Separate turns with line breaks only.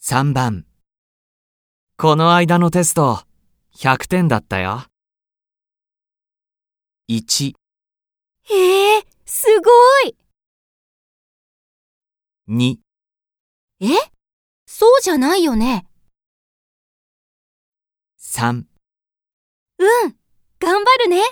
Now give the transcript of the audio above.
3番。この間のテスト、100点だったよ。1、
へえ、すごい
2、
えそうじゃないよね。
3。
うん、頑張るね。